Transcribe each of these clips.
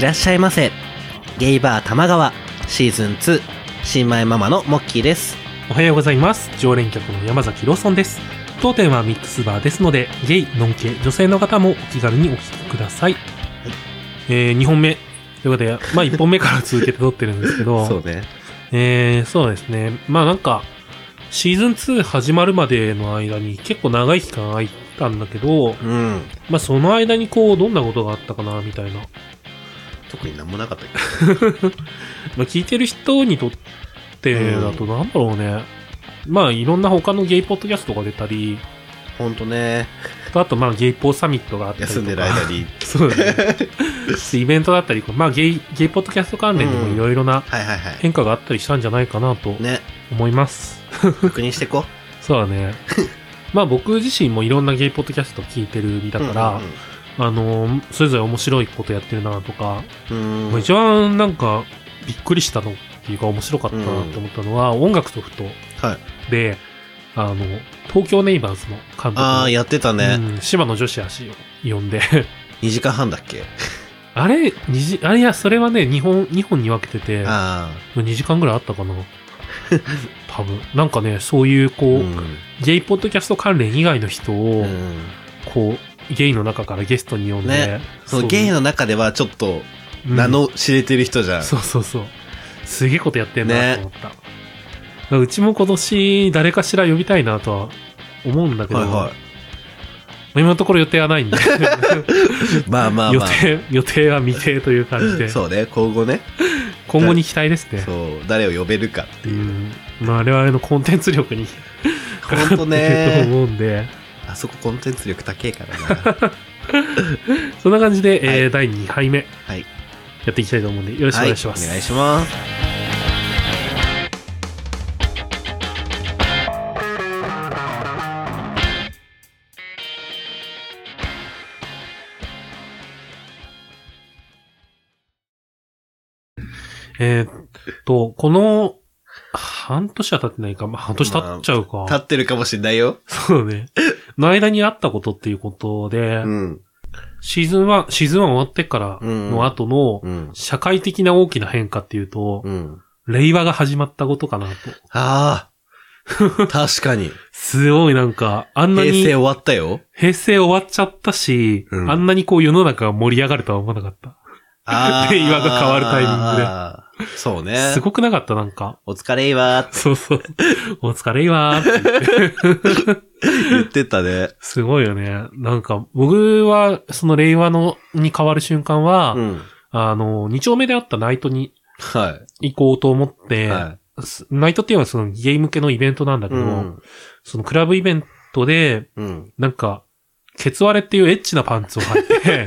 らっしゃいませゲイバー玉川シーズン2新米ママのモッキーですおはようございます。常連客の山崎ローソンです。当店はミックスバーですので、ゲイ、ノンケ、女性の方もお気軽にお聞きください。えー、2本目。ということで、まあ1本目から続けて撮ってるんですけ ど、そうねえー、そうですね。まあなんか、シーズン2始まるまでの間に結構長い期間空いたんだけど、うんまあその間にこう、どんなことがあったかな、みたいな。特になんもなかったけどまあ、聞いてる人にとってだとなんだろうね。まあいろんな他のゲイポッドキャストが出たり、ほんとねあとまあゲイポーサミットがあったりとか。休んでる間にそうだね。イベントだったり、まあゲイ、ゲイポッドキャスト関連でもいろいろなはいはいは変化があったりしたんじゃないかなといね思います。確認してこそう だね。まあ僕自身もいろんなゲイポッドキャスト聞いてる身だから、うんあのーそれぞれ面白いことやってるなとか、うんうんまあ一番なんかびっくりしたのっていうか面白かったなと思ったのは、音楽ソフトはいで、あの、東京ネイバーズの監督ああやってたね、うん、島野女子足を呼んで、 2時間半だっけあれ、二時、あれいや、それはね、日本、日本に分けてて、あ2時間ぐらいあったか な。多分。なんかね、そういう、こう、あうんゲイポッドキャスト関連以外の人を、うんこう、ゲイの中からゲストに呼んで、ねそのゲイの中ではちょっとうん名の知れてる人じゃん、そうそうそう。すげえことやってんなと思った。だからうちも今年、誰かしら呼びたいなとは思うんだけど、はいは今のところ予定はない んで、いまあまあ予まあ定、予定は未定という感じで、そうね今後ね今後に期待ですね。そう誰を呼べるかってういう、ん、まあ我々のコンテンツ力にほん、本当 ってるとね思うんで、あそこコンテンツ力高え からなそんな感じで、えーは第2杯目、はいよやっていきたいと思うんで、よろしくお願いします。お願いしますえーっと、この、半年は経ってないか、まあ半年経っちゃうか。立ってるかもしんないよそうね。の間にあったことっていうことで、うんシーズン1、シーズン1終わってからの後の、うん社会的な大きな変化っていうと、うん令和が始まったことかなと。 ああ確かにすごいなんか、あんな平に、成終平成わったよ終わっちゃったし、うんあんなにこう世の中が盛り上がるとは思わなかった。ああ 令和が変わるタイミングでミングでそうねすごくなかったなんか。お疲れいわそうそう。お疲れいわーって。言ってたねすごいよね。なんか、僕は、その令和の、に変わる瞬間は、うんあの、二丁目であったナイトには行こうと思っいて、はすナイトっていうのはそのゲイ向けのイベントなんだいけど、そのクラブイベントで、うんなんか、ケツ割れっていうエッチなパンツを履い て、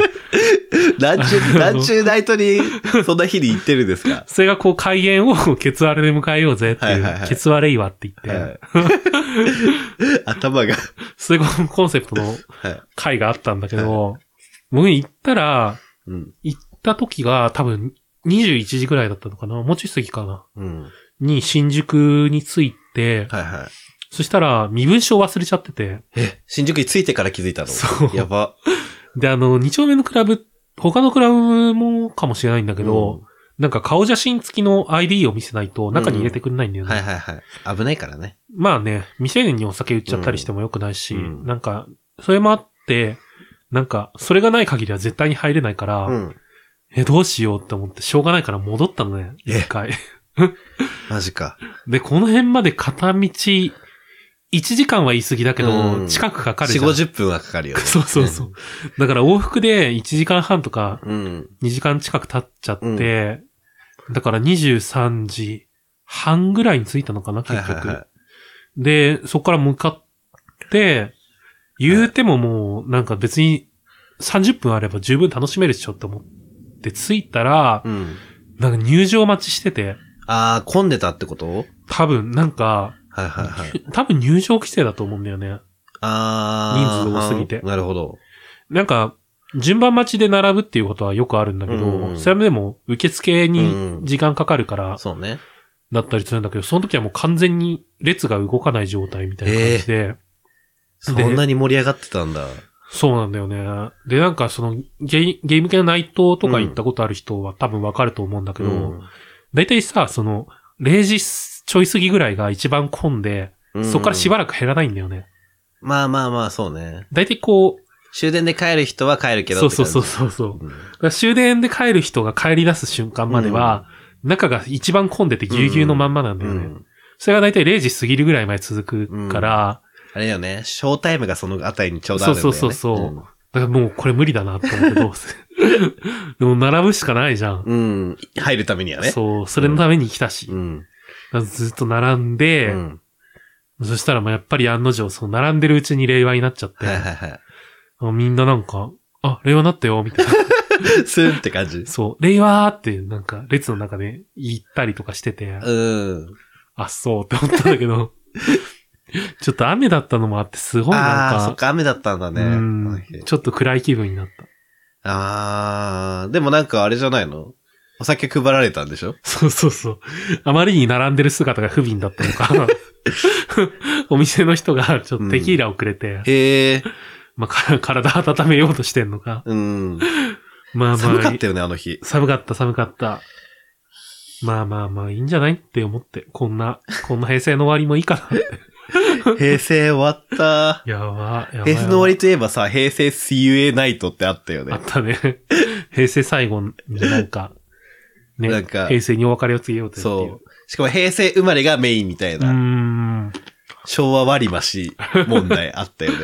何 中、何中ナイトに、そんな日に行ってるんですかそれがこう開演をケツ割れで迎えようぜっていう、はいはいはいケツ割れ岩って言って、はい。 頭が、そういうコンセプトのはい。会があったんだけど、僕行ったら、うん。行った時が多分21時ぐらいだったのかなもうちょい過ぎかなうん。に新宿に着いて、はいはい。そしたら身分証忘れちゃってて、え、新宿に着いてから気づいたのそうやば。で、あの、二丁目のクラブ、他のクラブもかもしれないんだけど、なんか顔写真付きの ID を見せないと中に入れてくれないんだうよん、ね。はいはいはい。危ないからね。まあね、未成年にお酒売っちゃったりしても良くないし、うんなんか、それもあって、なんか、それがない限りは絶対に入れないから、うん。え、どうしようって思って、しょうがないから戻ったのね、え一回。マジか。で、この辺まで片道、1時間は言い過ぎだけど、うん近くかかるじ4、ゃん。 50分はかかるよね。 そうそうそう。だから往復で1時間半とか、うん。 2時間近く経っちゃって、だから23時半ぐらいに着いたのかな、結はい局。はいはで、そこから向かって、言うてももう、なんか別に30分あれば十分楽しめるでしょって思って着いたらい。、うん。なんか入場待ちしてて、あー、混んでたってこと多分なんか、はいはいはい。多分入場規制だと思うんだよね。あー。人数多すぎてなるほど。なんか、順番待ちで並ぶっていうことはよくあるんだけど、うんうんそれでも受付うんうにん時間かかるから、そうね。だったりするんだけど、その時はもう完全に列が動かない状態みたいな感じで、そんなに盛り上がってたんだ。そうなんだよね。で、なんかそのゲイゲーム系の内藤とか行ったことある人は多分わかると思うんだけど、大体さ、その、0時ちょい過ぎぐらいが一番混んで、そこからしばららく減らないんだよね。く。まあまあまあ、そうね。大体こう、終電で帰る人は帰るけどそうそうそうう。そうそう。だうんから終電で帰る人が帰り出す瞬間までは、中が一番混んでてぎゅうぎゅうのまんまなんだうよね。ん。それが大体0時過ぎるぐらいまで続くから、あれだよね。ショータイムがそのあたりにちょうどあるんだよね。そうそうそうそうだからもうこれ無理だなって思ってどうする でも並ぶしかないじゃん。うん。うん。入るためにはね。そう、それのために来たし。うだん。からずっと並んで、うんそしたらまあやっぱり案の定、その並んでるうちに令和になっちゃって、はいはいはい。あみんななんか、あ、令和になったよ、みた いな。スンって感じ。そう、令和ってなんか列の中で言ったりとかしてて、うん。あ、そうって思ったんだけど、 ちょっと雨だったのもあってすごいなんああー、そっか、か、雨だったんだね。うんちょっと暗い気分になった。ああ、でもなんかあれじゃないのお酒配られたんでしょそうそうそう。あまりに並んでる姿が不憫だったの か、お店の人がちょっとテキーラをくれて、へえ、まあから体温めようとしてんのか。うん。まあまあ、寒かったよね、あの日。寒かった、寒かった。まあまあまあ、いいんじゃないって思って、こんな、こんな平成の終わりもいいかなって。平成終わった。やば、やば。平成の終わりといえばさ、平成 CUA ナイトってあったよやばあねっ。たね。 平成最後になんか、ね、なんか平成にお別れを告げようとっていう。そう。しかも平成生まれがメインみたいうーな、ん。昭和割り増し問題あったよね。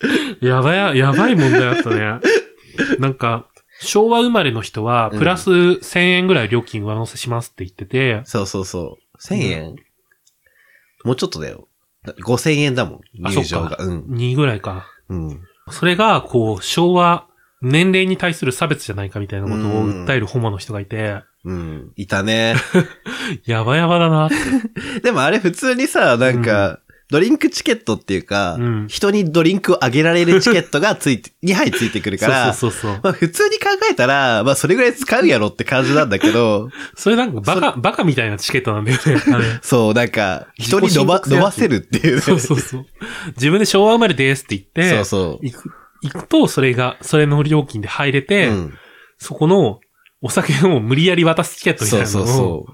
やばや、やばい問題だったね。 なんか、昭和生まれの人は、うんプラス1000円ぐらい料金上乗せしますって言ってて、そうそうそう。1000円もうちょっとだよ。だって5000円だもん、あ入場そっが。うん。 2ぐらいか。うん。それが、こう、昭和、年齢に対する差別じゃないかみたいなことを訴えるホモの人がいて、うん。いたね。やばやばだなって。でもあれ普通にさ、なんか、ドリンクチケットっていうか、うん人にドリンクをあげられるチケットがついて、2杯ついてくるそかうら、そうそうそう。まあ普通に考えたら、まあそれぐらい使うやろって感じなんだけ ど、それなんかバカ、バカみたいなチケットなん だよね。あれそう、なんか、人に自己飲申ま告制飲やまつせるっていうね。そうそうそう。自分で昭和生まれですって言っそて、うそう行く、行くと、それが、それの料金で入れて、うんそこの、お酒を無理やり渡すチケットみたいそうなのそをうそ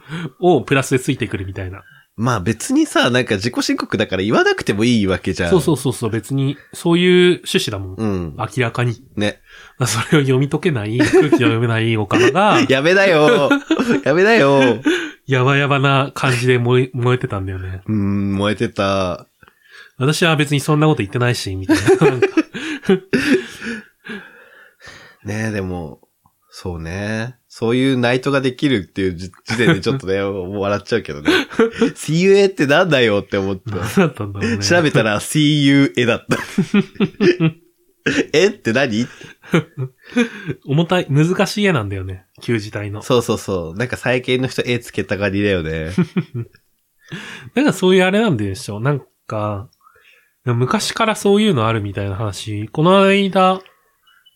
う。をプラスでついてくるみたいな。まあ別にさ、なんか自己申告だから言わなくてもいいわけじゃん。そうそうそうそう、別に、そういう趣旨だもん。うん。明らかに。ね。それを読み解けない、空気を読め ないおかまが 、やめなよ。やめなよ。やばやばな感じで燃え、燃えてたんだよね。うん、燃えてた。私は別にそんなこと言ってないし、みたいな。なんかねえ、でも、そうね。そういうナイトができるっていう時時点でちょっと ね、もう笑っちゃうけどね。CUA ってなんだよって思って。何だったんだろうね。調べたら CUA だ った。えって何重たい、難しい絵なんだよね。旧時代の。そうそうそう。なんか最近の人絵つけたがりだよね。なんかそういうあれなんでしょう。なんか、昔からそういうのあるみたいな話、この間、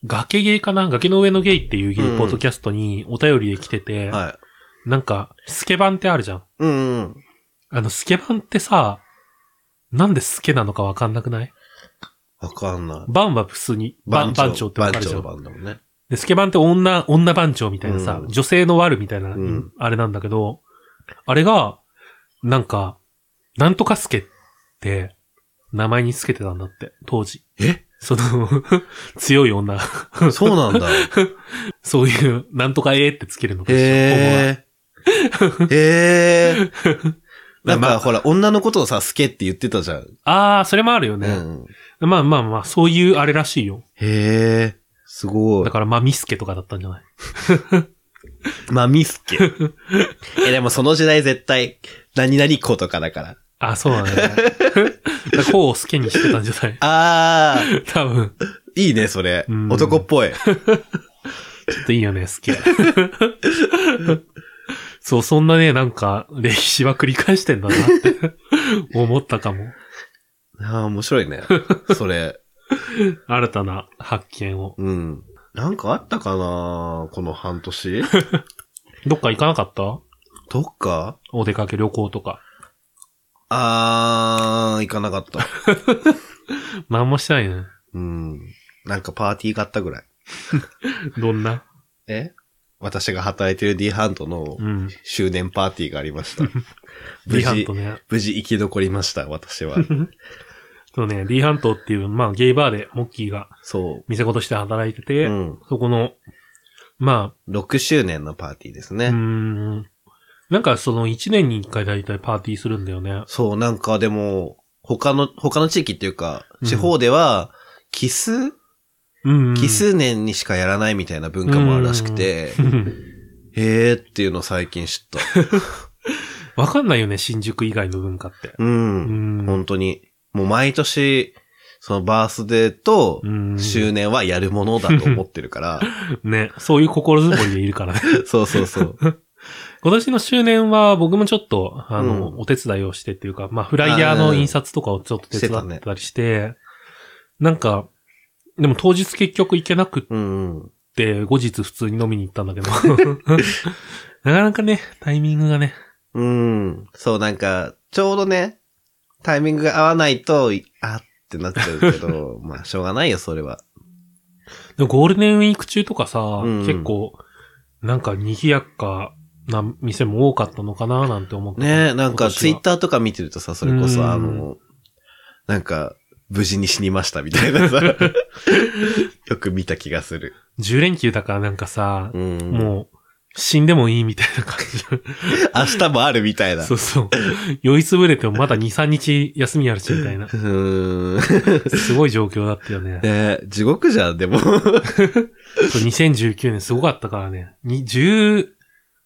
崖ゲーかな崖の上のゲイっていうゲうんうイんポッドキャストにお便りで来てて、はい。なんか、スケバンってあるじゃん。うんうん。あの、スケバンってさ、なんでスケなのかわかんなくないわかんない。バンは普通に、バン、番長ってわか番るじゃ長ん。番だもんね。で、スケバンって女、女番長みたいなさ、うん女性の悪みたいな、うんあれなんだけど、あれが、なんか、なんとかスケって、名前につけてたんだって、当時。えその、 強い女。そう なんだ。そういう、なんとかえーってつけるのかしらへえ。 へえ。なんまかあほら、女のことをさ、スケって言ってたじゃん。ああ、それもあるようね。ん。まあまあまあ、そういうあれらしいよ。へえ。すごいだ。から、まあ、ミスケとかだったんじゃないまあ、ミスケ。 え、でもその時代絶対、何々子とかだから。ああ、そうなんだ ね。 だからこうをスケにしてたんじゃないあー、多分、いいね、それう。ん男っぽい。ちょっといいよね、スケ。 そう、そんなね、なんか、歴史は繰り返してんだなって 思ったかも。ああ、面白いね。それ。新たな発見を。うん。なんかあったかなこの半 年どっか行かなかったどっかお出かけ旅行とか。あー、行かなかった。なんもしてないね。うん。なんかパーティーがあったぐらい。どんなえ私が働いてる D ハントのうん。周年パーティーがありま した。無 D ハン事ト、ね。無事生き残りました、私 は。そうね、D ハントっていう、まあゲイバーでモッキーがそ店子として働いてう。て、うん。そこの、ま6周年のパーティーですね。あ、うーん。なんかその1年に1回大体パーティーするんだよね。そう、なんかでも、他の、他の地域っていうか、うん地方では、奇数うん、うん。奇。 数年にしかやらないみたいな文化もあるらしくて、 へえーっていうの最近知った。わかんないよね、新宿以外の文化って。う。うんん。本当に。もう毎年、そのバースデーとう、ん。周年はやるものだと思ってる から、ね、そういう心づもりでい るからね。そうそうそう。今年の周年は僕もちょっと、あの、うお手伝いをしてっていうか、まあ、フライヤーの印刷とかをちょっと手伝うんしってたりして、なんか、でも当日結局行けなくっうんうん。て、後日普通に飲みに行った んだけど。なかなかね、タイミングがね。うん。そう、なんか、ちょうどね、タイミングが合わないと、いあってなっちゃうけ ど、まあ、しょうがないよ、それは。でもゴールデンウィーク中とかさ、ん結構、なんか賑やかな店も多かったのかななんて思って。ねえ、なん今年はか、ツイッターとか見てるとさ、それこうんそ、あの、なんか、無事に死にましたみたいな さ、よく見た気がする。 10連休だからなんかさ、うん。う、もう、死んでもいいみたいな感じ。明日もあるみたいな。そうそう。酔いつぶれてもまだ2、3日休みあるし、みたいなう。ーん。すごい状況だったよね。 ねえ、地獄じゃん、 でも。そう2019年すごかったからね。に10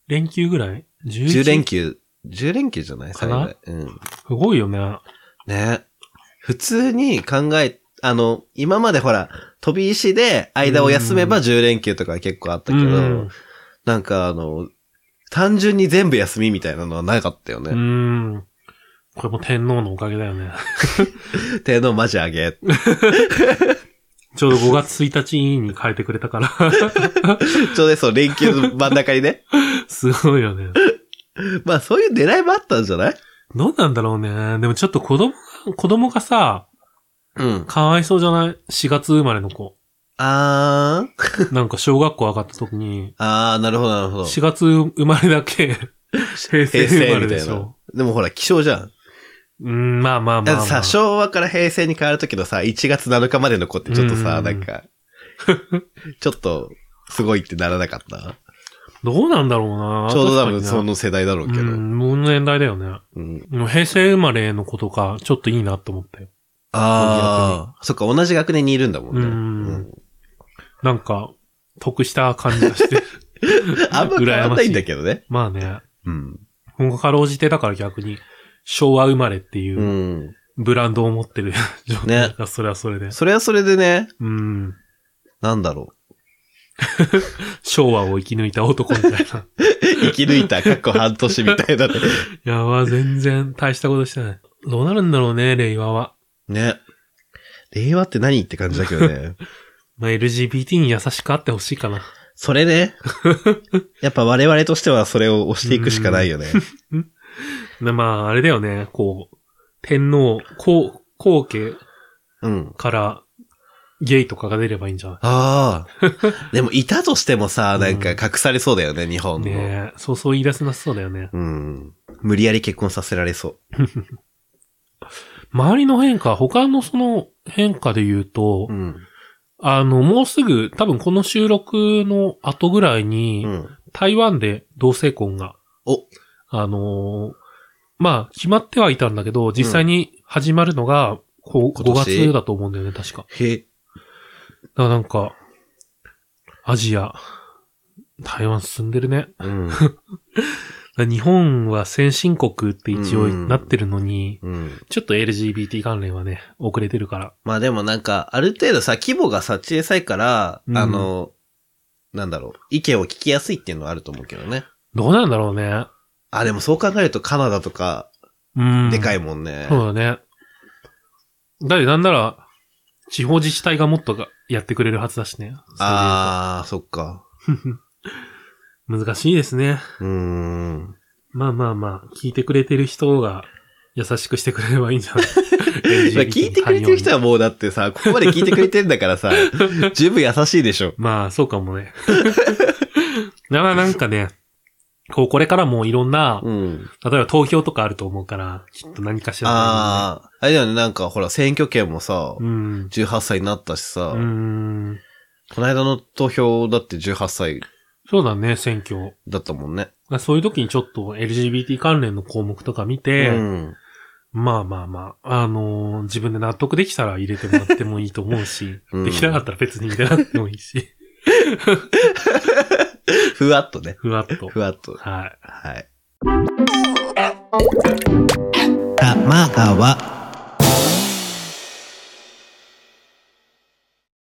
連休ぐらい ?10 10連。休、10連休じゃないか最な大。うん。すごいよね。ね普通に考え、あの、今までほら、飛び石で間を休めばうん10連休とか結構あったけうどん、なんかあの、単純に全部休みみたいなのはなかったようね。ん。これも天皇のおかげだよね。程度マジ上げ。 ちょうど5月1日に変えてくれたから。 ちょうどそう、連休の真ん中にね。 すごいよね。まあそういう狙いもあったんじゃないどうなんだろうね。でもちょっと子供が、子供がさ、うん。かわいそうじゃない ?4 月生まれの子。あー。なんか小学校上がった時に、あー、なるほど、なるほど。 4月生まれだけ、 平成生まれでしょ。でもほら、気象じゃん。うん、まあまあまあ、だっまあ。てさ、昭和から平成に変わるときのさ、1月7日までの子ってちょっとさ、うんなん か、ちょっと、すごいってならなかったどうなんだろうな。ちょうど多分確かにねその世代だろうけど。ううんん、もの年代だよね。でも平成生まれの子とか、ちょっといいなと思ったよ。ああ、そっか、同じ学年にいるんだもんね。うんうんなんか、得した感じ がして。あんま変わんないんだけどね。まあね。うん。。ほんがかろうじてだから逆に、昭和生まれっていううんブランドを持ってる状態が、それはそれで。それはそれでね、うん。なんだろ昭和を生き抜いた男みたいな。う。生き抜いた、過去半年みたい なね。やば、全然大したことしてない。どうなるんだろうね、令和は。ね。令和って何って感じだけどね。まあ、LGBT に優しくあってほしいかな。 それね。やっぱ我々としてはそれを押していくしかないよね。でまあ、あれだよね、こう、天皇、皇、皇家うん。からゲイとかが出ればいいんじゃないあ あ。でもいたとしてもさ、なんかうん隠されそうだよね、日本の。ねえ、そうそう言い出せなさそうだよね。うん。無理やり結婚させられそ周りの変化、他のその変化で言うと、う。うん。あの、もうすぐ、多分この収録の後ぐらいに、うん。台湾で同性婚が、おあのーまあ、決まってはいたんだけど、実際に始まるのが、こう今年5月だと思うんだよね、確か。へえ。だからなんか、アジア、台湾進んでるね。うん。日本は先進国って一応うんなってるのに、うん。 ちょっと LGBT 関連はね、遅れてるから。まあでもなんか、ある程度さ、規模がさ、小さいから、うんあの、なんだろう、意見を聞きやすいっていうのはあると思うけどね。どうなんだろうね。あ、でもそう考えるとカナダとか、うん。でかい。いもんね。そうだね。だってなんなら、地方自治体がもっとがやってくれるはずだしね。あー、そっか。そういう難しいですね。うーん。 まあまあまあ、聞いてくれてる人が優しくしてくれればいいんじゃ ないまあ聞いてくれてる人はもうだって さ、ここまで聞いてくれてんだからさ、十分優しいでしょ。まあ、そうかもね。だからなんかね、こう、これからもいろんな、うん。例えば投票とかあると思うから、きっと何かしら、ああ、あれだよね、なんかほら、選挙権もさう、ん。 18歳になったしさ、うん。この間の投票だって18歳そうだね、選挙。だったもんね。まあそういう時にちょっと LGBT 関連の項目とか見て、うん。まあまあまあ、あのー自分で納得できたら入れてもらってもいいと思うし、うんできなかったら別に入れなくてもいいし、ふわっとね。ふわっと。ふわっと。はい。はい。玉川